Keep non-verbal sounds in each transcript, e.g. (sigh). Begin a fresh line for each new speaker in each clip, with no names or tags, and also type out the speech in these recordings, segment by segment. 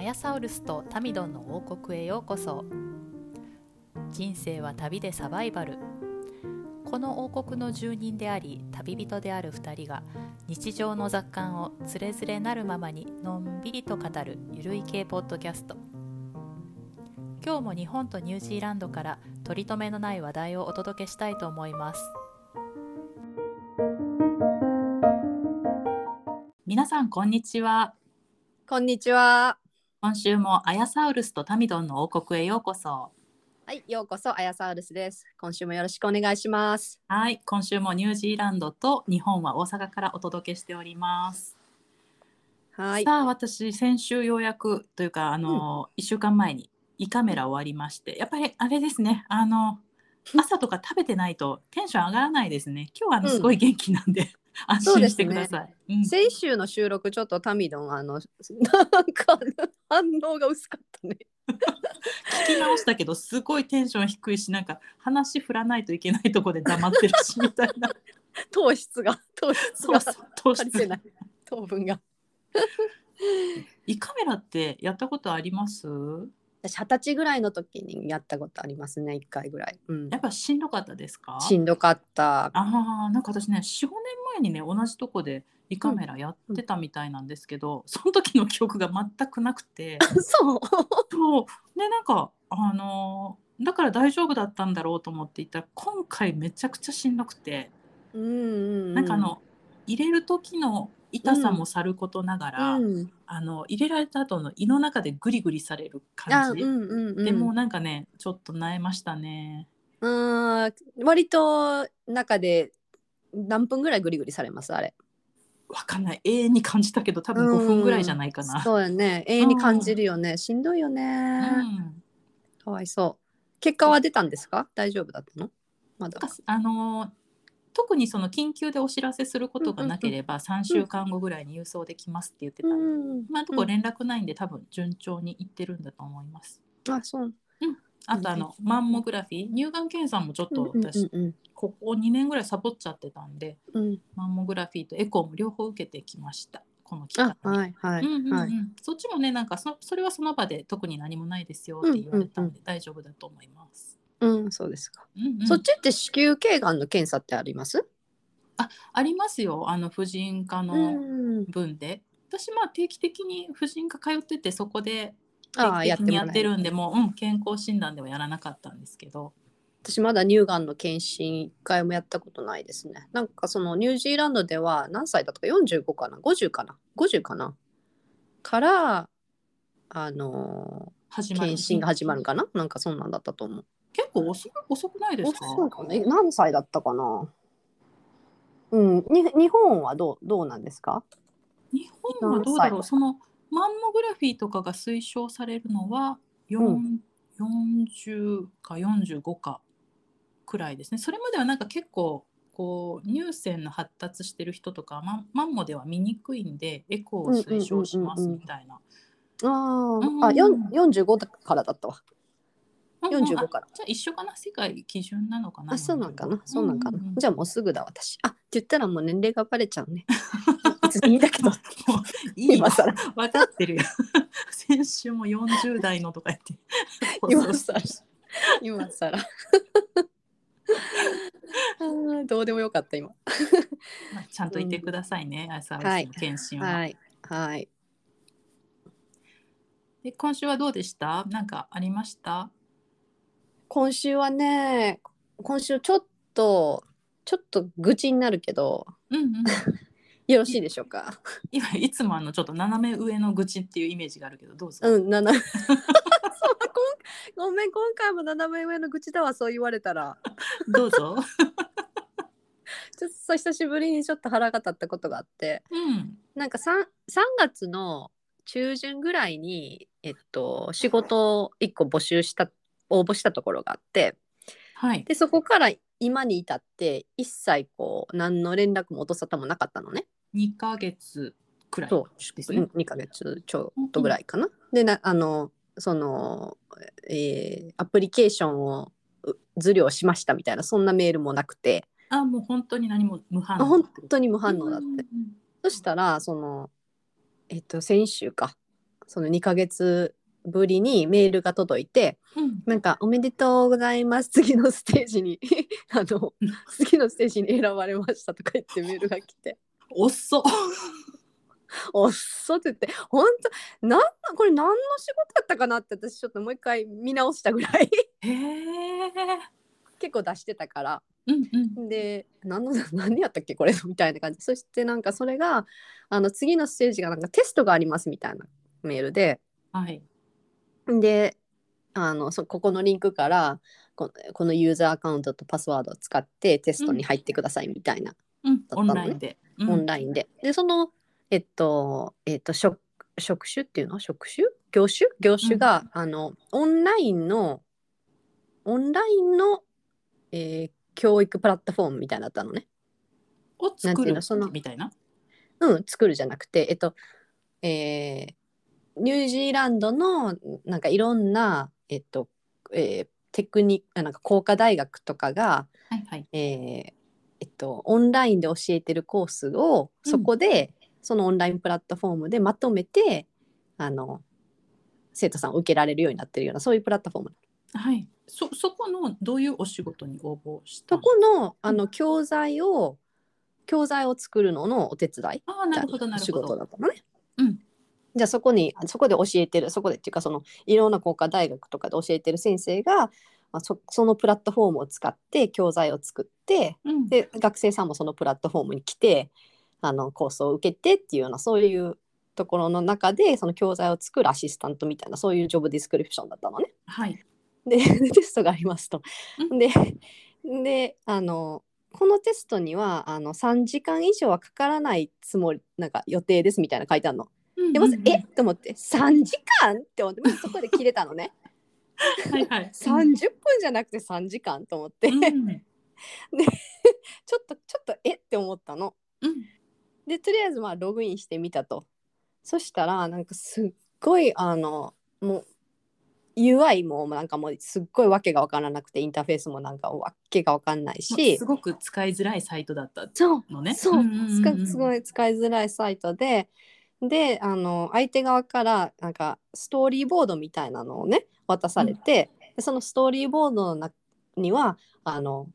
ヤサウルスとタミドンの王国へようこそ人生は旅でサバイバルこの王国の住人であり旅人である2人が日常の雑感をつれづれなるままにのんびりと語るゆるい系ポッドキャスト今日も日本とニュージーランドから取り留めのない話題をお届けしたいと思います皆さんこんにちは
こんにちは。
今週もアヤサウルスとタミドンの王国へようこそ
はい、ようこそ、あやサウルスです。今週もよろしくお願いします。
はい今週もニュージーランドと日本は大阪からお届けしております
はい。
さあ私先週ようやくというかあの、一1週間前に胃カメラ終わりましてやっぱりあれですねあの朝とか食べてないとテンション上がらないですね今日はあの
うん
すごい元気なんで、 (laughs) 安
そう
心
で
し
す
てく
ね
ださい。うん
先週の収録ちょっとタミドンあのなんか反応が薄かったね。
聞き直したけどすごいテンション低いしなんか話振らないといけないとこで黙ってるしみたいな
糖質が糖質
(laughs) そう
が
そう糖
足りて
質
ない。糖分が。
胃カメラってやったことあります
私二十歳ぐらいの時にやったことありますね。一回ぐらい。うん
や。っぱしんどかったですか
しんどかった。
あーなんか私ね45年前にね同じとこで胃カメラやってたみたいなんですけど、その時の記憶が全くなく
(laughs)
て
そう。
そうでなんかあのーだから大丈夫だったんだろうと思っていたら今回めちゃくちゃしんどくて、
うんうんう
なんかあの入れる時の痛さもさることながら、
うん、
あの入れられた後の胃の中でグリグリされる
あ、
感
うん
じ、
うんうん。
でもうなんかねちょっと萎えましたね
うーん割と中で何分ぐらいグリグリされますあれ
わかんない永遠に感じたけど多分5分ぐらいじゃないかな。
そうやね永遠に感じるよねしんどいよ
う
ね
ん
かわいそう結果は出たんですか大丈夫だったのまだ
なんかあのー特にその緊急でお知らせすることがなければ3週間後ぐらいに郵送できますって言ってたん
う
で、
ん
今のところ連絡ないんで多分順調にいってるんだと思います。
あそう
あとあのマンモグラフィー乳がん検査もちょっと
うんうん
私
うん
ここ2年ぐらいサボっちゃってたんで
うん
マンモグラフィーとエコーも両方受けてきましたこの期間
あ
に。
はいは
うんうんう
い
ん
はい
そっちもねなんかそそれはその場で特に何もないですよって言われたんで大丈夫だと思います。
うんそうですか
うんうん
そっちって子宮頸がんの検査ってあります
ありますよあの婦人科の、
うん
分で私まあ定期的に婦人科通っててそこで
あ
定
や
期的
って
に
も
や
ら
っ
え
て
る
るんでもう、うん、健康診断ではやらなかったんですけど
私まだ乳がんの検診一回もやったことないですねなんかそのニュージーランドでは何歳だったか45かな50かな50かなからあの
始
ー
まる
検診が始まるんかななんかそんなんだったと思う
結構遅く遅くないですか
そうかなえ何歳だったかなうんに日本はどうどうなんですか
日本はどうだろうそのマンモグラフィーとかが推奨されるのは、よ
うん
40か45かくらいですねそれまではなんか結構こう乳腺の発達してる人とかマンマンモでは見にくいんでエコーを推奨しますみたいな。
あ
うん
ーあよん45だからだったわ
うんうんあ
45から
じゃあ一緒かな世界基準なのかな
あそうなんかなそうなんかな、
うう
じゃあもうすぐだ私あって言ったらもう年齢がバレちゃうね別にいいんだけど
いいよ
今更
(laughs) 分かってるよ先週も40代のとか言って
今更今更あーどうでもよかった今
まあちゃんといてくださいね、朝
は
の
い
検診は、
はいはい
で今週はどうでしたなんかありました
今週はね今週ちょっとちょっと愚痴になるけど
うんうん、
よろしいでしょうか
今いつもあのちょっと斜め上の愚痴っていうイメージがあるけどどうぞ、
うん (laughs) ななそうこんごめん今回も斜め上の愚痴だわそう言われたら
どう
(laughs)
ぞ
ちょっとそう久しぶりにちょっと腹が立ったことがあって
うん
なんか 3, 3月の中旬ぐらいに、えっと、仕事を1個募集した応募したところがあって
はい
でそこから今に至って一切こう何の連絡も音沙汰もなかったのね。
2ヶ月くらい
そ
です
うん
ね
2ヶ月ちょっとぐらいかな。でなあのその、えーアプリケーションをう受領しましたみたいなそんなメールもなくて、
あもう本当に何も無反
あ
応
本当に無反応だって。
うんうんうん
そしたらそのえっと先週かその2ヶ月ぶりにメールが届いて
うん
なんか「おめでとうございます次のステージに (laughs) あの次のステージに選ばれました」とか言ってメールが来て
おっそ
「おっそ」って言って「本当なんなこれ何の仕事だったかな?」って私ちょっともう一回見直したぐらい (laughs)
へえ
結構出してたから
うんうん
で何の何やったっけこれみたいな感じ (laughs) そしてなんかそれがあの次のステージがなんかテストがありますみたいなメールで
はい
であのそここのリンクからこのこのユーザーアカウントとパスワードを使ってテストに入ってくださいみたいな、
うん
た
オ
の
ン
ね
ラインで、うん
オンラインで。でそのえっとえっと職職種っていうの職種業種業種が、あのオンラインのオンラインの、えー教育プラットフォームみたいだったのね。
を
なんて
作
いう
る
のその
みたいな
うん、作るじゃなくて、えっと、えーニュージーランドのなんかいろんな、えっと、えーテクニあなんか工科大学とかが、
はいはい
えーえっと、オンラインで教えてるコースを
うん
そこで、そのオンラインプラットフォームでまとめてあの生徒さんを受けられるようになってるようなそういうプラットフォーム
はいそそこのどういうお仕事に応募した
そ
の
このあの教材を教材を作るののお手伝い
ああなるほどなる
仕
ほ
事
ど
だったのね。
うん
じゃあそこにそこで教えてるそこでっていうかそのいろんな工科大学とかで教えてる先生が、まあ、そそのプラットフォームを使って教材を作って
うん
で学生さんもそのプラットフォームに来てあのコースを受けてっていうようなそういうところの中でその教材を作るアシスタントみたいなそういうジョブディスクリプションだったのね。
はい
で (laughs) テストがありますと
う。
でであのこのテストにはあの3時間以上はかからないつもりなんか予定ですみたいなの書いてあるの。でまず、えっと思って3時間って思ってまずそこで切れたのね
はいはい
30分じゃなくて3時間と思って、
うん
(laughs) ち
うん
ょっとちょっとえって思ったの。
うん
でとりあえずまあログインしてみたとそしたらなんかすっごいあのもう UI もなんかもうすっごいわけが分からなくてインターフェースもなんかわけが分かんないし
すごく使いづらいサイトだった
そう
のね
そう,、
んんん
すごいすごい使いづらいサイトでであの相手側からなんかストーリーボードみたいなのをね渡されて、でそのストーリーボードの中にはあの、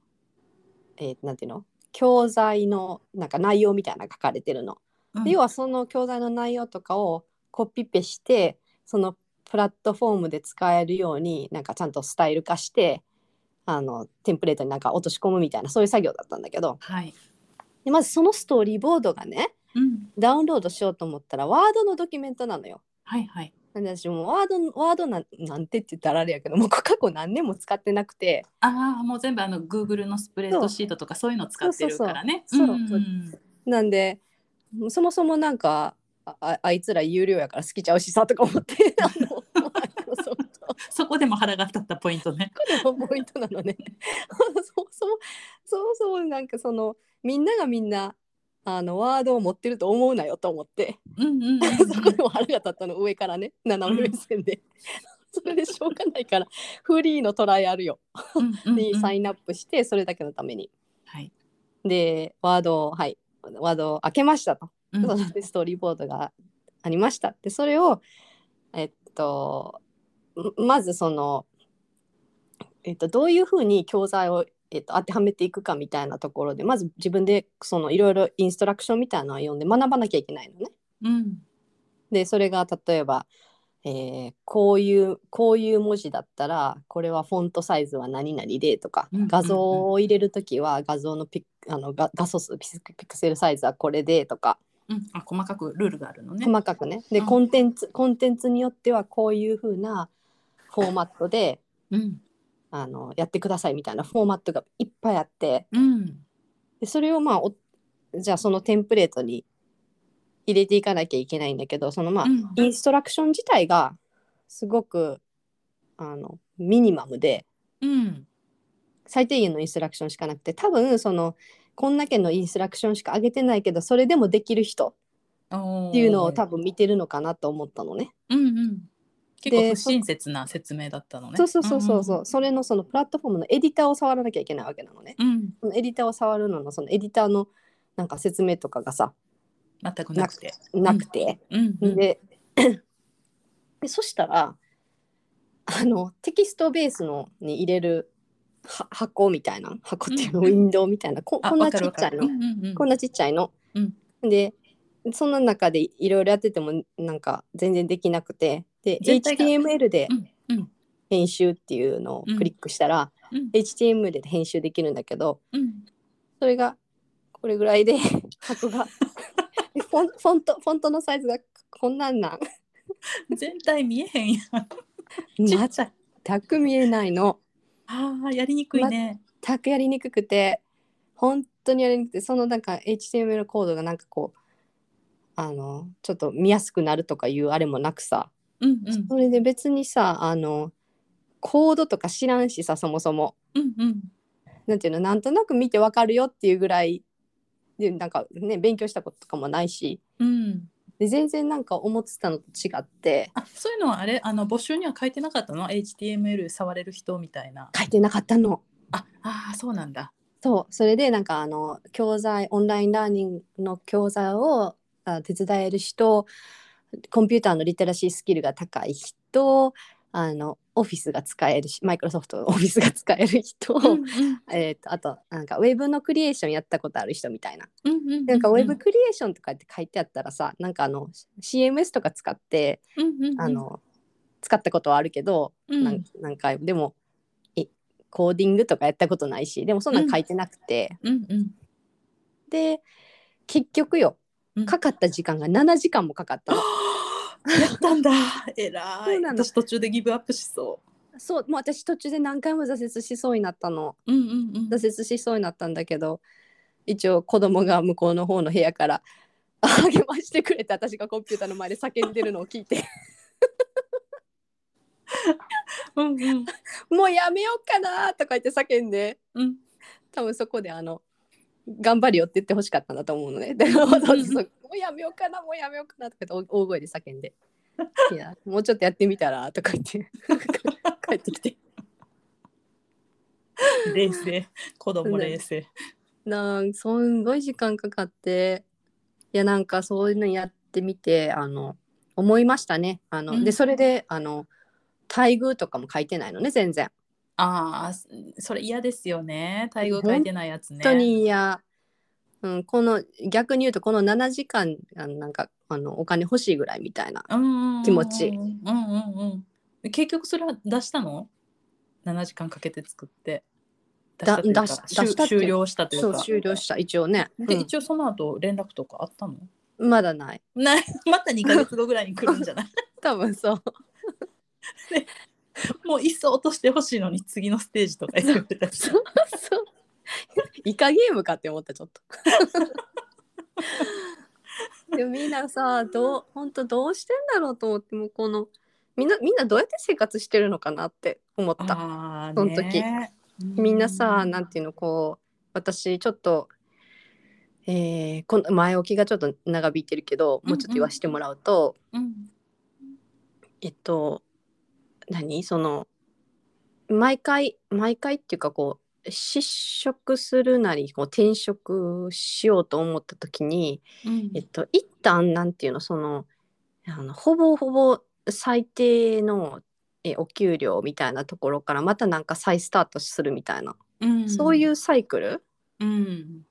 えーなんていうの教材のなんか内容みたいなのが書かれてるの。
うん
で要はその教材の内容とかをコピペしてそのプラットフォームで使えるようになんかちゃんとスタイル化してあのテンプレートになんか落とし込むみたいなそういう作業だったんだけど
はい
でまずそのストーリーボードがね
うん
ダウンロードしようと思ったらワードのドキュメントなのよ。
はいはい
なんで私もうワードワードなんなんてって言ったらあれやけどもう過去何年も使ってなくて
ああもう全部あの Google のスプレッドシートとかそういうの使ってるからね
そう
う
そうそうんそうなんでそもそもなんかあああいつら有料やから好きちゃうしさとか思って (laughs) あの Microsoft
そこでも腹が立ったポイントね
これもポイントなのね。 (laughs) そもそもそもそもなんかそのみんながみんなあのワードを持ってると思 (laughs) うなよと思って、
うんうんうんうん
そこでも腹が立ったの上からね斜め目線で。それでしょうがないからフリーのトライアルよ
うんうんうん
にサインアップしてそれだけのために。
はい
でワードをはいワードを開けましたと。
うん
そのストーリーボードがありましたってそれをえっとんまずその、えっと、どういうふうに教材を、えっと、当てはめていくかみたいなところでまず自分でそのいろいろインストラクションみたいなのを読んで学ばなきゃいけないのね。
うん
でそれが例えば、えーこういうこういう文字だったらこれはフォントサイズは何々でとか
うんうんうん
画像を入れる時は画像のピあの画画素数ピピクセルサイズはこれでとか
うんあ細かくルールがあるのね
細かくねで
うん
コンテンツコンテンツによってはこういう風なフォーマットで (laughs)
うん
あのやってくださいみたいなフォーマットがいっぱいあって
うん
でそれをまあおじゃあそのテンプレートに入れていかなきゃいけないんだけどそのまあ、
うん
インストラクション自体がすごくあのミニマムで
うん
最低限のインストラクションしかなくて多分そのこんだけのインストラクションしか上げてないけどそれでもできる人っていうのを多分見てるのかなと思ったのね。
うんうん結構
で
不親切な説明だったのね
そうそうそうそうそう、それのそのプラットフォームのエディターを触らなきゃいけないわけなのね。
うんうん
そのエディターを触るののそのエディターのなんか説明とかがさ
全くなくて
なくて、
うんうん
で (clears throat) でそしたらあのテキストベースのに入れるは箱みたいな箱っていうの、
うん
ウィンドウみたいなこ
あ
こんな
わか
ち
る
っ
わ
ちゃ
か
い
る
の
うんうんうん
こんなちっちゃいの。
うん
でそんな中でいろいろやっててもなんか全然できなくてで
全体が
HTML で
うんうん
編集っていうのをクリックしたら、
うん
HTML で編集できるんだけど
うん
それがこれぐらい (laughs) で箱がでフォンフォントフォントのサイズがこんなんなん
全体見えへんやん。ちっちゃい。
(laughs) 全く見えないの
ああ、やりにくいね。
全くやりにくくて本当にやりにくくてそのなんか HTML コードがなんかこうあのちょっと見やすくなるとかいうあれもなくさ
うんうん
それで別にさあのコードとか知らんしさそもそも
うんうん
なんていうのなんとなく見てわかるよっていうぐらいでなんかね勉強したこととかもないし
うん。
で全然なんか思ってたのと違って
あ、そういうのはあれ、あの募集には書いてなかったの？HTML 触れる人みたいな。
書いてなかったの。
あ、あーそうなんだ。
そうそれでなんかあの教材オンラインラーニングの教材をあ手伝える人コンピューターのリテラシースキルが高い人あのオフィスが使えるしマイクロソフトの (laughs) オフィスが使える人、
うんうん
えーとあとなんかウェブのクリエーションやったことある人みたいな
うんうん。
なんかウェブクリエーションとかって書いてあったらさなんかあの CMS とか使って
うんうんうん
あの、使ったことはあるけど、
うん
なん何回もでもえコーディングとかやったことないしでもそんなん書いてなくて、
うん
(laughs)
うん。
で結局よ
うん
かかった時間が7時間もかかったの、
やったんだ。えら
そう
い。
なの
私途中でギブアップしそ
そうもう私途中で何回も挫折しそうになったの
う。うんうんうん。
挫折しそうになったんだけど一応子供が向こうの方の部屋から励ましてくれて私がコンピューターの前で叫んでるのを聞いて
うんうん
もうやめようかなとか言って叫んで
うん。
多分そこであの頑張るよって言ってほしかったんだと思う
(laughs)
のね。で
ん
もそうそうもうやめようかなもうやめようかなとか言って大大声で叫
(laughs)
んで「いやもうちょっとやってみたら」とか言って (laughs) 帰ってきて
(laughs) 冷静。子供冷静。
なんすんごい時間かかっていやなんかそういうのやってみてあの思いましたね。あの
うん
でそれであの待遇とかも書いてないのね全然。
ああ、それ嫌ですよね。タイ語書いてないやつね。
本当にいや、うん、この逆に言うとこの7時間あのなんかあのお金欲しいぐらいみたいな
うん
気持ち
うんうんうんうん。結局それは出したの ?7 時間かけて作って。出
だ
というか
出し出したっていう
終了したという
そ
か。
う終了した一応ね、
で、
うん
一応その後連絡とかあったの
まだない
ない (laughs) また2か月後ぐらいに来るんじゃ
(laughs)
ない
多分そう
もういっそ落としてほしいのに次のステージとか言ってたし
そうそう (laughs) イカゲームかって思ったちょっ (laughs) とでもみんなさどう本当どうしてんだろうと思ってもうこのみんなみんなどうやって生活してるのかなって思った
ああ
その時みんなさなんていうのこう私ちょっとえーこの前置きがちょっと長引いてるけどもうちょっと言わせてもらうと、
うん
えっと何その毎回毎回っていうかこう失職するなりこう転職しようと思った時に、
うん
えっと一旦なんていうのそのあのほぼほぼ最低のえお給料みたいなところからまたなんか再スタートするみたいな、
うん
そういうサイクル
うん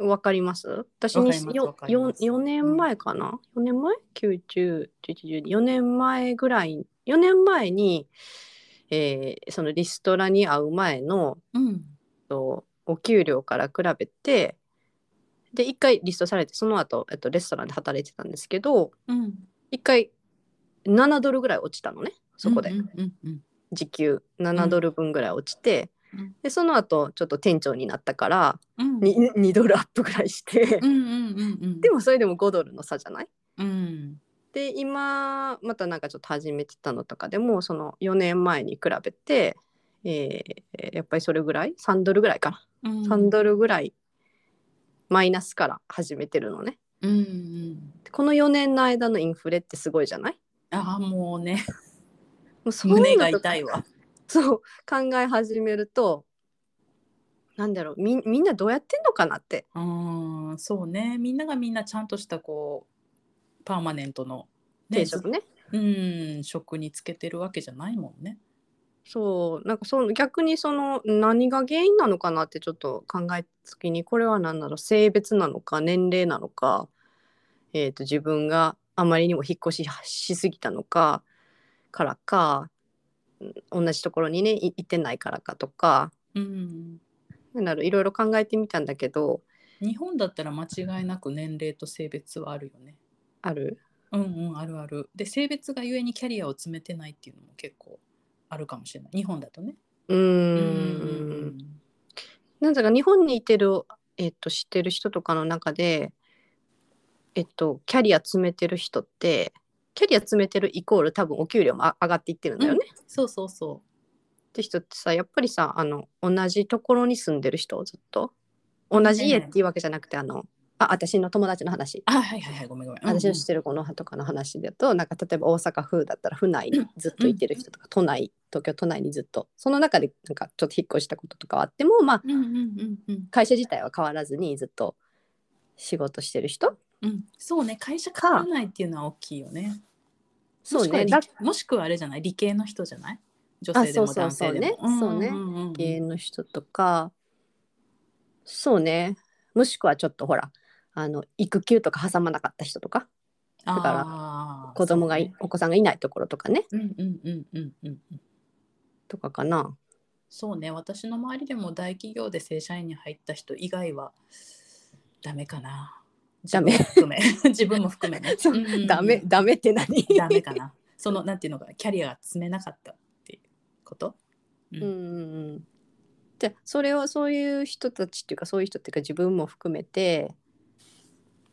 わかります私
わ
に
かりますわかりま
4,
す
4年前かな、4年前 ?9101112 年前ぐらい4年前に、えーそのリストラに会う前の
うん
とお給料から比べてで1回リストされてその後、えっとレストランで働いてたんですけど
うん
1回7ドルぐらい落ちたのねそこで、
うんうんうん
時給7ドル分ぐらい落ちて、
うん
でその後ちょっと店長になったから
うんうん
2, 2ドルアップぐらいして。
うんうんうんうん
でもそれでも5ドルの差じゃない
うん
で今またなんかちょっと始めてたのとかでもその4年前に比べて、えーやっぱりそれぐらい3ドルぐらいか
うん
な3ドルぐらいマイナスから始めてるのね
うんうん
この4年の間のインフレってすごいじゃない
ああもう
(laughs)
ね
もうそうい
胸
うの
が
と
痛いわ
そう考え始めるとなんだろうみみんなどうやってんのかなって
うーんそうねみんながみんなちゃんとしたこうパーマネントの、ね、
定
ず
職ね
うん職につけてるわけじゃないもんね。
そうなんかその逆にその何が原因なのかなってちょっと考えた時にこれは何だろう性別なのか年齢なのか、えー、と自分があまりにも引っ越ししすぎたのかからかうん同じところにねい行ってないからかとか
うん
なんだろういろいろ考えてみたんだけど
日本だったら間違いなく年齢と性別はあるよね。
ある
うんうんあるある。で性別がゆえにキャリアを詰めてないっていうのも結構あるかもしれない。日本だとね。
うー
うん
なんだか日本にいてる、えっと、知ってる人とかの中で、えっと、キャリア詰めてる人ってキャリア詰めてるイコール多分お給料もあ上がっていってるんだよね、っ
そうそうそ
て人ってさやっぱりさあの同じところに住んでる人ずっと同じ家っていうわけじゃなくて、あのあ私の友達の話
う。あはいはいはいごめんごめん。
私
う
の
ん
知ってる子のとかの話だと、なんか例えば大阪府だったら府内にずっといてる人とか、都内東京都内にずっとその中でなんかちょっと引っ越したこととかはあってもまあ
うんうんうんうん
会社自体は変わらずにずっと仕事してる人
うん、そうね会社変わらないっていうのは大きいよね。
そうね
も
だ
しくは理もしくはあれじゃない理系の人じゃない女性でも
そうそう
男性でも。
そうね
んんんん
系の人とかそうねもしくはちょっとほらあの育休とか挟まなかった人とか
だ
から子供がい、お子さんがいないところとかね
うんうんうんうんうんうん。
とかかな
そうね私の周りでも大企業で正社員に入った人以外はダメかな。
ダメ
自分も
(laughs)
含め自分も含めね。
そう
うんうんうん
ダメダメって何
ダメかな。そのなんていうのかなキャリアが積めなかったっていうこと。
うんうんうんじゃあそれをそういう人たちっていうかそういう人っていうか自分も含めて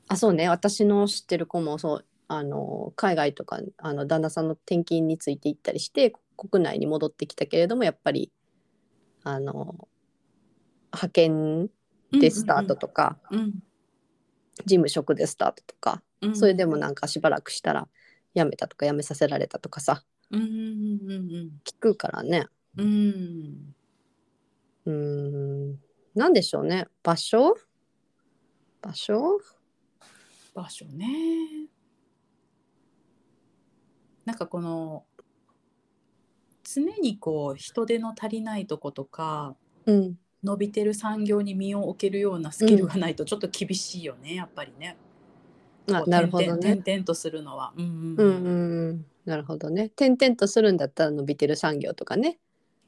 あそうね私の知ってる子もそうあの海外とかあの旦那さんの転勤について行ったりして国内に戻ってきたけれどもやっぱりあの派遣でスタートとか、
うん
事務職でスタートとか、
うんうん
それでもなんかしばらくしたら辞めたとか辞めさせられたとかさ
うんうんうんうん
聞くからね
うんうん
うーん、なんでしょうね。場所場所
場所ねなんかこの常にこう人手の足りないとことか
うん。
伸びてる産業に身を置けるようなスキルがないとちょっと厳しいよね、やっぱりね。
あ
こう
なるほど
転々
ね。
転々とするのは。うん
うんうんうん。なるほどね。転々とするんだったら伸びてる産業とかね。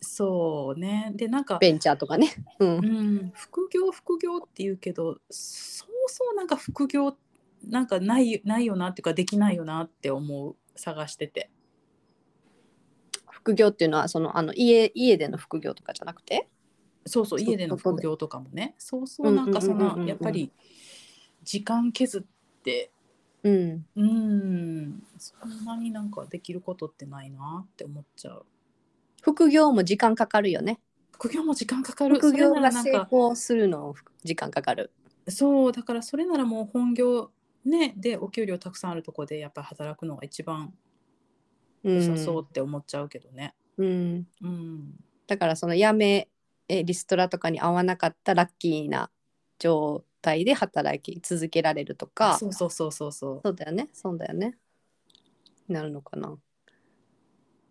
そうねでなんか、
ベンチャーとかね。うん
う。ん、副業副業って言うけどそうそうなんか副業なんかないないよなっていうかできないよなって思う探してて。
副業っていうのは、その、あの、家、家での副業とかじゃなくて。
そうそう
そ
家での副業とかもねそうそうなんかそ
うんうんうんうんう
の
ん
やっぱり時間削って
うん。
うんそんなになんかできることってないなって思っちゃう
副業も時間かかるよね。
副業も時間かかる
副業
それな
が
らなん
成
か
功するの時間かかる。
そうだからそれならもう本業ねでお給料たくさんあるとこでやっぱり働くのが一番
う
良
ん
さ。そうって思っちゃうけどね
うん。
うん
だから、その、辞め、えリストラとかに合わなかったラッキーな状態で働き続けられるとか。
そうそうそうそうそう
そうだよね、そうだよね。なるのかな。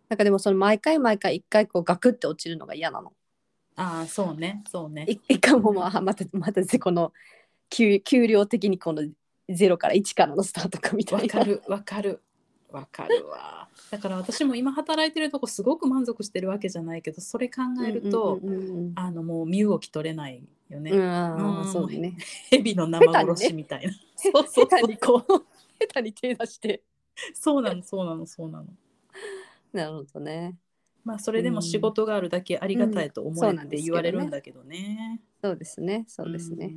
なんかでもその毎回毎回一回こうガクって落ちるのが嫌なの。
ああそうねそうね
い一回もうあまたまたこの給給料的にこの0から1からのスタートかみた
わ
い
か
な。
るわかるわかるわだから私も今働いてるとこすごく満足してるわけじゃないけどそれ考えると、
うんうんうん
あのもう身動き取れないよね、
うん、うんあーそうだね。
蛇の生殺しみたいな、そうそう
下手にこう下手に手出して。
そうなのそうなのそうなの
なるほどね。
まあそれでも仕事があるだけありがたいと思え
うんそうな
っ
んで
て
すけ
言
どね
われるんだけどね、
そうですね。そうですね。
ん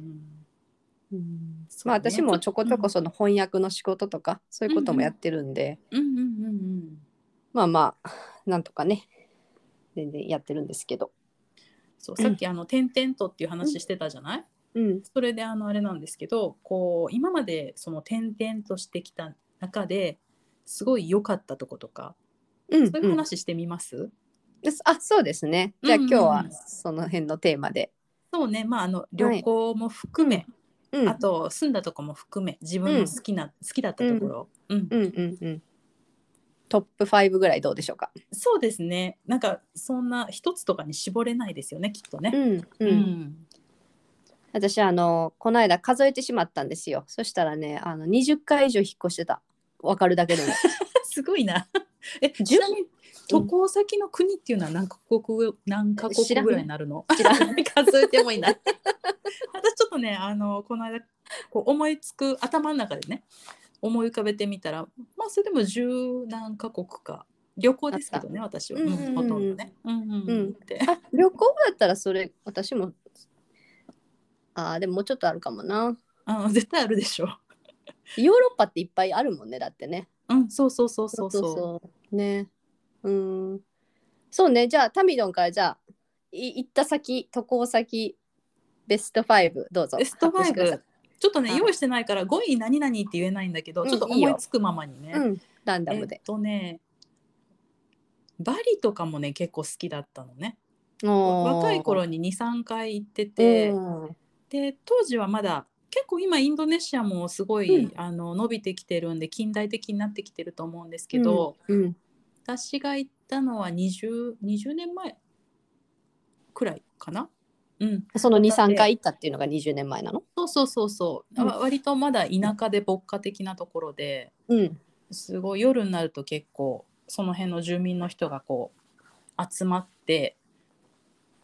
うん
そうね
まあ私もちょこちょこその翻訳の仕事とかそういうこともやってるんで。
うんうんうんうん
まあまあなんとかね全然やってるんですけど、
そうさっきあの「点々と」っていう話してたじゃない、
うん、
それであのあれなんですけどこう今までその転々としてきた中ですごい良かったとことか
うん
そういう話してみます、
ですあそうですねじゃあ
うんう
今
ん
日はその辺のテーマで、
そうねまああの旅行も含め、
うん、
あと住んだとこも含め自分の好きな、好きだったところ、うん
うんうんうんトップ5ぐらいどうでしょうか。
そうですね。なんかそんな一つとかに絞れないですよね、きっと
う
ね。
ん、うん、
うん
私あのこの間数えてしまったんですよ。そしたらね、あの20回以上引っ越してた。わかるだけでも。
すごい
(laughs)
な。え、
十
ちなみに渡航先の国っていうのは何カ国何カ国
知らん
ぐらいになるの？
知らない数えてもいない。
(laughs) 私ちょっとね、あのこの間こう思いつく頭の中でね、思い浮かべてみたら、まあそれでも十何カ国か。旅行ですけどね、私は、
う
うんん
うんうん
ほとんどね。うんうん
うん
って
あ旅行だったらそれ私も。あーでももうちょっとあるかもな。
あ絶対あるでしょ。
ヨーロッパっていっぱいあるもんねだってね。
うん、そうそうそうそうそう。
そうね。うん。そうね。じゃあタミドンからじゃあい行った先渡航先ベスト5どうぞ。
ベスト
発表してくださ
5
い。
ちょっとね、
はい
用意してないから5位何々って言えないんだけど、
うん
ちょっと
いい
思
よ
いつくままにね、
うん。ランダ
え
ム
っ
で。
とねバリとかもね結構好きだったのね若
若
い頃に23回行ってて、で当時はまだ結構今インドネシアもすごい、
う
あの伸びてきてるんで近代的になってきてると思うんですけど、
うん、
私が行ったのは 20, 20年前くらいかな。うん、
そ
だ
の
って
23回行ったっていうのが20年前なの
そうそうそうそう、
うん
わ割とまだ田舎で牧歌的なところで
うん
すごい夜になると結構その辺の住民の人がこう集まって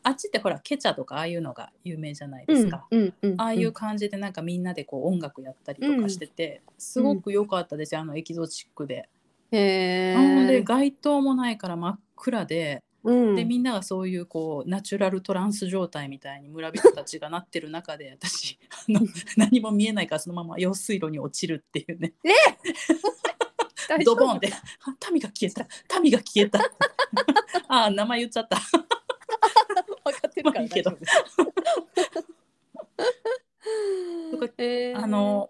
あっちってほらケチャとかああいうのが有名じゃないですか、
うんうん
ああいう感じでなんかみんなでこう音楽やったりとかしてて、すごく良かったですよあのエキゾチックで。
へ
なので
え
街灯もないから真っ暗で,、
うん
でみんながそういうこうナチュラルトランス状態みたいに村人たちがなってる中で私あ
(laughs)
の何も見えないからそのまま用水路に落ちるっていうね。ドボンって、あ民が消えた、民が消えた。あー、名前言っちゃった。
分かって
るから大丈夫とかあの、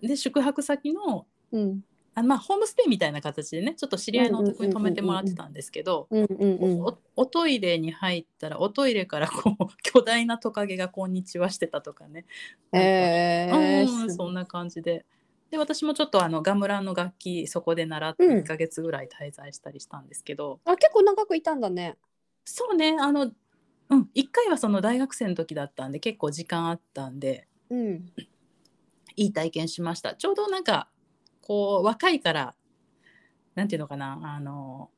で、宿泊先の、
うん
あまあ、ホームステイみたいな形でね、ちょっと知り合いのお宅に泊めてもらってたんですけど、
うんうんうん
おおトイレに入ったらおトイレからこう (laughs) 巨大なトカゲがこんにちはしてたとかね、
へえ
うんそんな感じでで私もちょっとあのガムランの楽器そこで習って
うん
1ヶ月ぐらい滞在したりしたんですけど、
あ結構長くいたんだね
そうねあのうん1回はその大学生の時だったんで結構時間あったんで
うん
いい体験しましたちょうどなんかこう若いからなんていうのかなあの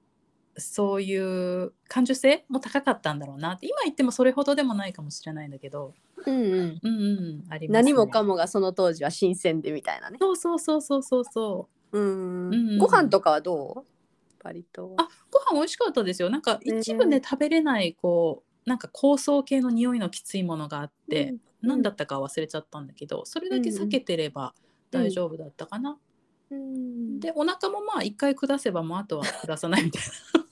そういう感受性も高かったんだろうなって今言ってもそれほどでもないかもしれないんだけど
うんうん
うんうんあります、ね、
何もかもがその当時は新鮮でみたいなね
そうそうそうそうそうそう
うん
うんうん
ご飯とかはどうバリ島
あご飯美味しかったですよなんか一部
う
で
ん
食べれないこうなんか香草系の匂いのきついものがあって、
うん
何だったか忘れちゃったんだけどそれだけ避けてれば大丈夫だったかな、
うん
でお腹もまあ一回下せばもうあとは下さないみたいな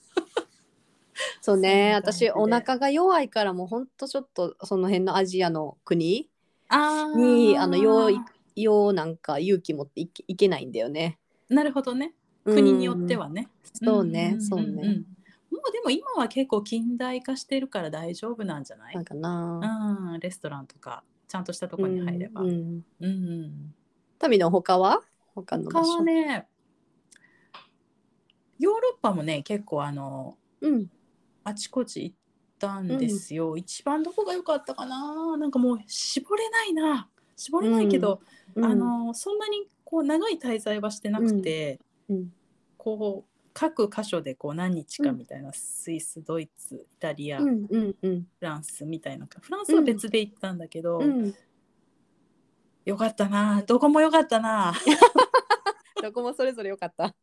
そうね
そんな感じで
私お腹が弱いからもうほんとちょっとその辺のアジアの国
あ
に (laughs) あのよういようなんか勇気持っていけいけないんだよね。
なるほどね国によってはね、
うん。そうね、
ん
そうんね。
もうでも今は結構近代化してるから大丈夫なんじゃない、
なんかな。
うん、レストランとかちゃんとしたところに入れば、
う
うん
ん。
うん、
民の他は他の
他
場
は
所。
ねヨーロッパもね結構あの
うん。
あちこち行ったんですよ、一番どこが良かったかななんかもう絞れないな絞れないけど、
うん
あ、のそんなにこう長い滞在はしてなくて、
うん
こう各箇所でこう何日かみたいな、スイスドイツイタリア、
う
フ
んうんうん
ランスみたいなフランスは別で行ったんだけど、
うん。
よかったなどこもよかったな
どこもそれぞれ良かった。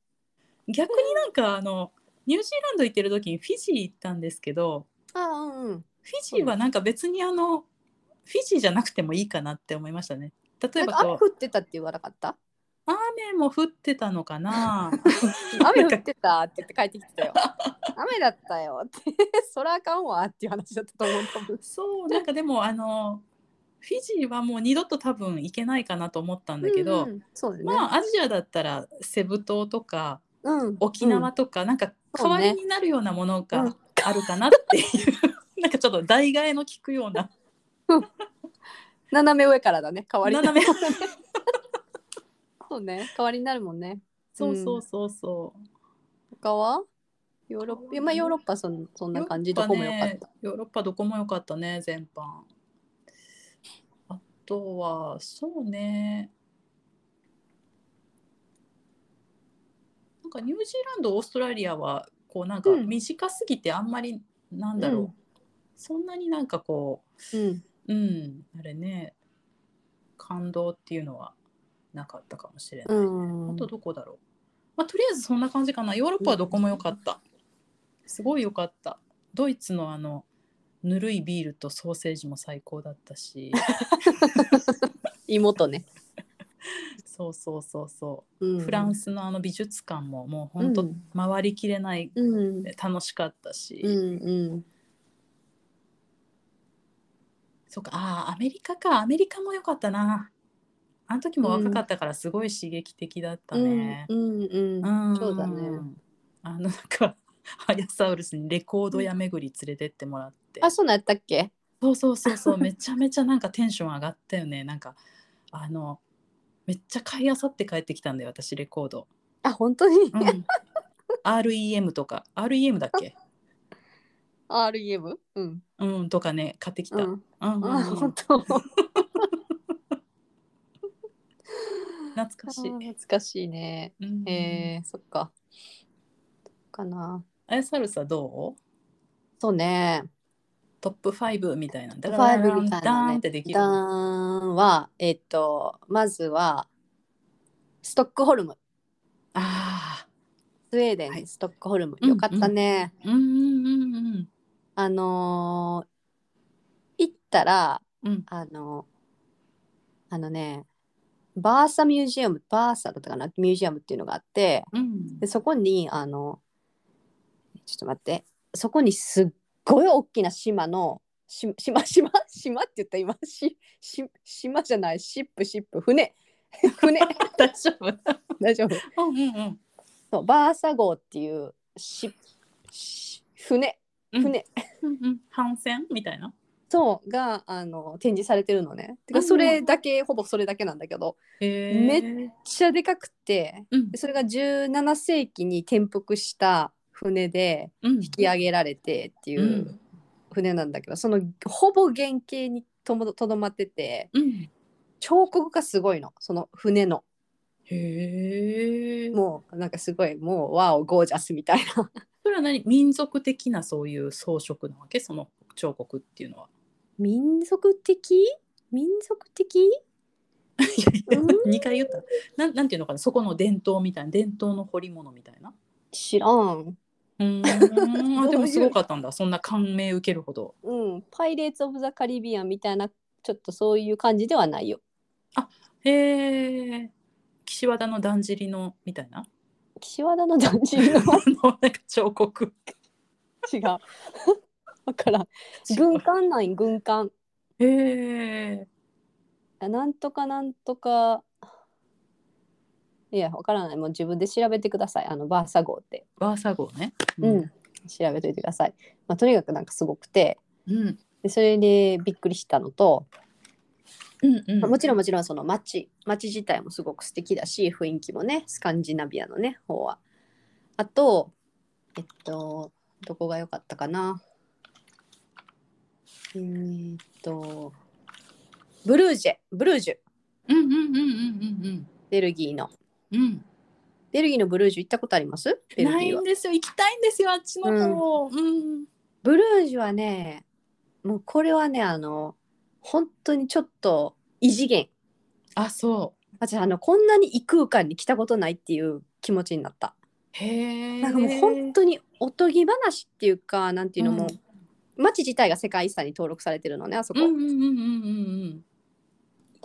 逆になんかあのニュージーランド行ってる時にフィジー行ったんですけど
あうんうん。
フィジーはなんか別にあのフィジーじゃなくてもいいかなって思いましたね。例
な
え
ん
ば
か雨
こう
降ってたって言わなかった？
雨も降ってたのか
(laughs)
な
雨降ってたって言って帰ってきてたよ。雨だったよって、 (laughs) そらあかんわっていう話だったと思う多分。
そうなんかでもあのフィジーはもう二度と多分行けないかなと思ったんだけど、
うんうん、そうだね。
まあアジアだったらセブ島とか
うん、
沖縄とか、なんか代わりになるようなもの
そうね
があるかなっていう、 (laughs) なんかちょっと代替えの効くような
斜め上からだね代わりに
斜め
(laughs) そうね代わりになるもんね
そうそうそうそう、
他はヨーロッパ、まあ、ヨーロッパそんそんな感じどこも良かった。
ヨーロッパどこも良かったね全般あとはそうねなんかニュージーランドオーストラリアはこうなんか
うん
短すぎてあんまりなんだろう、
うん
そんなになんかこ
うん、
ううんあれね感動っていうのはなかったかもしれない、
うん
あとどこだろう、まあ、とりあえずそんな感じかなヨーロッパはどこも良かった、すごい良かったドイツのあのぬるいビールとソーセージも最高だった
(laughs)
し
妹ね、
そうそうそうそうう、
ん、
フランスのあの美術館ももうほん
う
と
ん
回りきれない
うん
楽しかったし、
うんうん
そうかあーアメリカかアメリカも良かったなあの時も若かったからすごい刺激的だったね、
うんうんうん
ん
そうだね
あのなんかハヤサウルスにレコード屋巡り連れてってもらって、
あそうなんやったっけ
そうそうそうそうめちゃめちゃなんかテンション上がったよねなんかあのめっちゃ買いあさって帰ってきたんだよ私レコード、
あ本当に、
うん REM とか REM だっけ
?REM? うん。
うんとかね買ってきた、
う
うん
ん、
うんうん
あ本当
懐かしい、
懐かしいね。
うん
えー、そっか。かな。
あやさるさどう
そうね。
トップ5みたいな
トップ5みたいなね
ダーンってできる
ダーンは、えっと、まずは、ストックホルム。
あ
スウェーデン、
はい
ストックホルム。
うん
よかったね。
ーうんうんうんうん
あのー行ったら、
うん
あのあのね、バーサミュージアム、バーサだったかな、ミュージアムっていうのがあって、
うん
でそこにあのちょっと待ってそこにすっごい大きな島のし島島島って言った今しし島じゃないシップシップ船船
(laughs) 大丈夫
大丈夫
うんうんうん
そうバーサ号っていうしし船
うん
船、
うんうん反戦みたいな
そうがあの展示されてるのねて
う
か
んうん
それだけ、ほぼそれだけなんだけど
へ
め
ー
っちゃでかくて
うん
でそれが17世紀に転覆した船で
うん
引き上げられてっていう、
うん
船なんだけどそのほぼ原型にともとどまってて
うん
彫刻がすごいのその船の
へえ。
もうなんかすごいもうワオゴージャスみたいな
それは何民族的なそういう装飾なわけその彫刻っていうのは。
民族的民族的うん
2回言ったなん。なんていうのかなそこの伝統みたいな伝統の彫り物みたいな。
知らん
うーんあでもすごかったんだそんな感銘受けるほど。
うんパイレーツ・オブ・ザ・カリビアンみたいなちょっとそういう感じではないよ
へえ。岸和田のだんじりのみたいな。
岸和田の団地の
あ (laughs) のなんか彫刻。
違う (laughs) だからん軍艦ない軍艦
へえ。
なんとかなんとかいやわからないもう自分で調べてくださいあのバーサ号って
バーサ号ね。
うん、調べといてください。まあ、とにかくなんかすごくて
うん
でそれでびっくりしたのと、
うんうん
まあもちろんもちろんその街街自体もすごく素敵だし雰囲気もねスカンジナビアのね方は。あとえっとどこが良かったかなえーっとブルージェブルージュ
うんうんうんうんうん
ベルギーの
うんうん。
ベルギーのブルージュ行ったことありますベルギーは
ないんですよ行きたいんですよあっちの方。うん
ブルージュはねもうこれはねあの本当にちょっと異次元
あそう。
私あのこんなに異空間に来たことないっていう気持ちになった
へえ。
なんかもう本当におとぎ話っていうかなんていうのも、
うん
街自体が世界遺産に登録されてるのねあそこ、
うんうんうんうんうん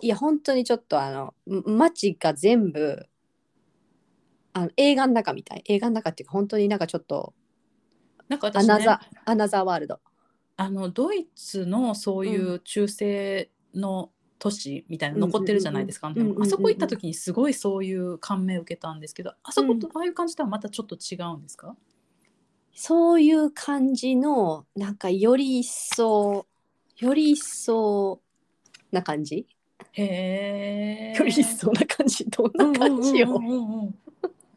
いや本当にちょっとあのん街が全部あの映画の中みたい映画の中っていうか本当になんかちょっと
なんか
ア
私、
ナ
ね
ザ、ーアナザーワールド
あのドイツのそういう中世の都市みたいなの残ってるじゃないですか、
んうんう
あ
ん
の辺もあそこ行った時にすごいそういう感銘を受けたんですけどあそことああいう感じとはまたちょっと違うんですか、
そういう感じのなんかより一層より一層な感じ、
へえ
より一層な感じどんな感じよ、
うんうんうんうん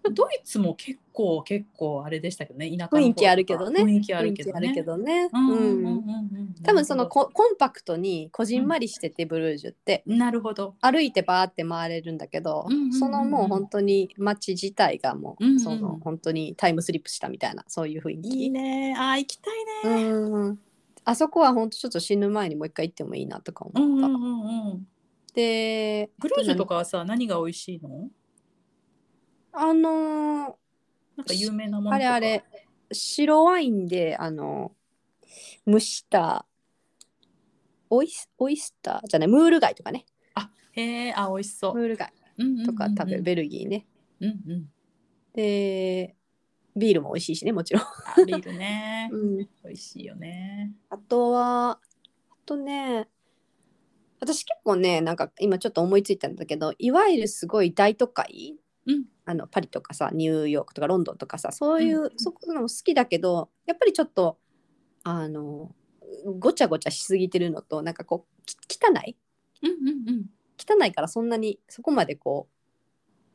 ドイツも結構結構あれでしたけどね田舎の方とか
雰囲気あるけどね
雰囲気あるけど
雰囲気あ
ね
るけどね。
うんうんうん
う
うんん
多分そのココンパクトにこじんまりしてて、ブルージュって
なるほど
歩いてバーって回れるんだけど、
うんうんうんうん
そのもう本当に街自体がも
う
う、
んうん
その本当にタイムスリップしたみたいなそういう雰囲気
いいねあー行きたいね
うんあそこは本当ちょっと死ぬ前にもう一回行ってもいいなとか思った、
うんうんうんうん
で
ブルージュとかはさ何が美味しいの
あのー
なんか有名なものとか
あれあれ白ワインであの蒸したオイスオイスターじゃないムール貝とかね
あへえあ美味しそ
ム
う
ール貝
うんうんうんうん
とか食べる、ベルギーね
うんうん
でビールも美味しいしねもちろん、
あビールね
うん、
美味しいよね
あとはあとね私結構ねなんか今ちょっと思いついたんだけどいわゆるすごい大都会、
うん
あのパリとかさニューヨークとかロンドンとかさそういう、
うん
そこのも好きだけどやっぱりちょっとあのごちゃごちゃしすぎてるのとなんかこうき汚い
うんうんうん
汚いからそんなにそこまでこ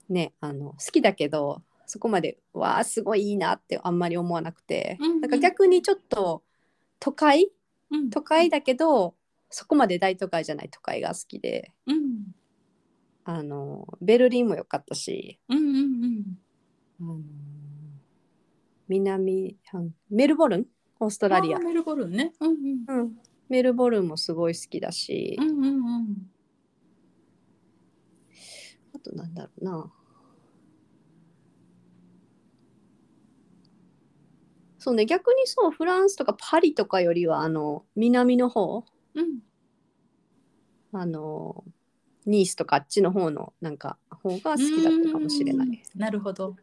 うねあの好きだけどそこまでわあすごいいいなってあんまり思わなくて、
うんうん
なんか逆にちょっと都会
うん
都会だけどそこまで大都会じゃない都会が好きで
うん
あのベルリンも良かったし、
うんうんうん
あの南あメルボルンオーストラリア
あー、メルボルンねうんうん
うん、メルボルンもすごい好きだし、
うんうんうん
あとなんだろうなそうね逆にそうフランスとかパリとかよりはあの南の方
うん
あのニースとかあっちの方のなんか方が好きだったかもしれな
う
い
ん。なるほど。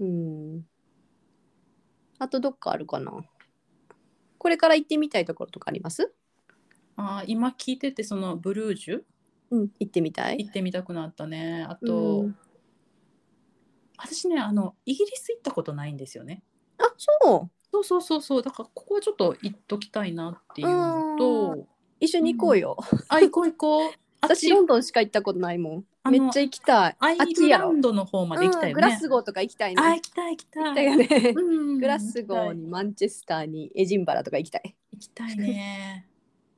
うん。あとどっかあるかなこれから行ってみたいところとかあります
あー今聞いててそのブルージュ
うん、行ってみたい
行。ってみたくなったね。あと、
うん、
私ねあのイギリス行ったことないんですよね。
あそう
そうそうそうそうだからここはちょっと行っときたいなっていうの
う
と、
一緒に行こうよ。
あ行こう行こう。あっ
(laughs) 私
ち
ロンドンしか行ったことないも
あ
ん。
の
めっちゃ行きたい。
アイ
あっち
ル
や
ラ
ろ
ン。ドの方まで行きたい
うん
よ
グ
ね。
ラスゴーとか行きたいね。
あ行きたい行きた
だ
い。
よね。
うん
グラスゴーにマンチェスターにエジンバラとか行きたい。
行きたいね。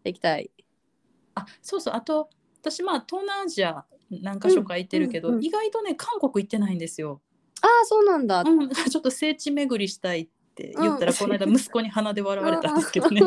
行きたい。
あそうそうあと私まあ東南アジア何か所か行ってるけど、
うんうんうん
意外とね韓国行ってないんですよ。
ああそうなんだ。
うん、 (laughs) ちょっと聖地巡りしたいって言ったら、
うん
この間息子に鼻で笑われたんですけどね。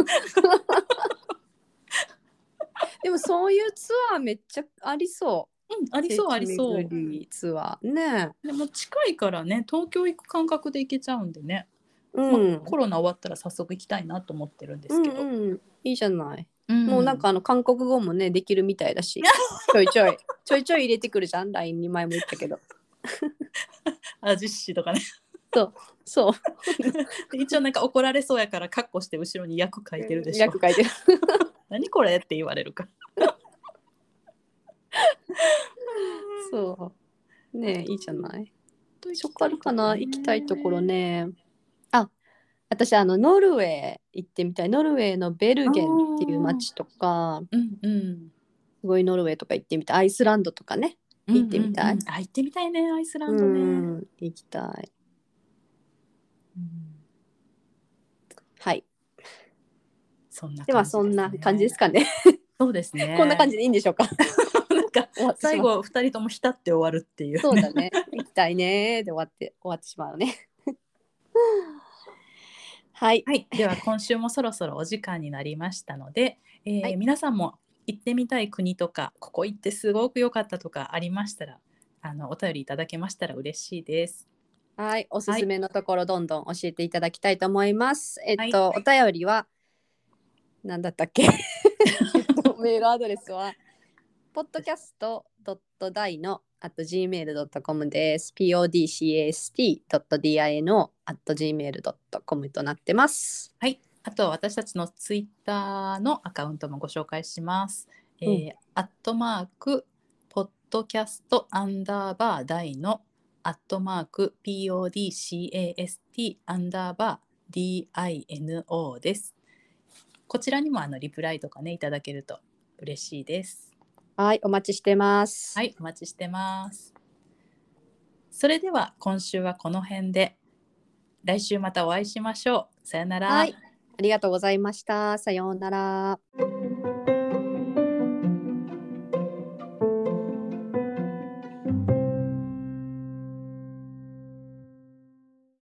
でもそういうツアーめっちゃありそ
うん、あ
う。
りそうありそ
聖
う
地。巡りツアーね
でも近いからね東京行く感覚で行けちゃうんでね、
う
まあ
ん。
コロナ終わったら早速行きたいなと思ってるんですけど、
うんうん、いいじゃない、
ん
もうなんかあの韓国語もねできるみたいだしちょいちょいちょいちょい入れてくるじゃん LINE に前も言ったけど
あ実施とかね (laughs)
そう
で一応なんか怒られそうやからカッコして後ろに役書いてるでしょ
略書いてる
何これって言われるから
そうねいいじゃない
うん
そこあるかな行きたいところねあ私あのノルウェー行ってみたいノルウェーのベルゲンっていう町とか
うんうん
すごいノルウェーとか行ってみたいアイスランドとかね行ってみたい
うんうんうんあ行ってみたいねアイスラ
う
ンドね、うん
ん行きたいはい
そんな感じすね
ではそんな感じですかね
そうですね (laughs)
こんな感
じ
じでいいんでしょうか
なんか
終わってしまう
最後二人とも浸って終わるっていう
そうだね。行きたいね。で終わって終わってしまうね。 (laughs) はい。
はい、では今週もそろそろお時間になりましたので、えー
はい
皆さんも行ってみたい国とかここ行ってすごく良かったとかありましたらあのお便りいただけましたら嬉しいです。
はい。おすすめのところどんどん教えていただきたいと思います。えっと、
はい
お便りはなんだった (laughs) っけ？えっとメールアドレスは podcast.dino at gmail.com です。podcast.dino at gmail.com となってます。
はい、あと私たちのツイッターのアカウントもご紹介します。えーアットマークポッドキャストアンダーバー大のアットマーク PODCAST アンダーバー DINO です。こちらにもあのリプライとかねいただけると嬉しいです。
はい。お待ちしてます。
はい、お待ちしてます。それでは今週はこの辺で来週またお会いしましょう。さよなら。
はいありがとうございました。さようなら。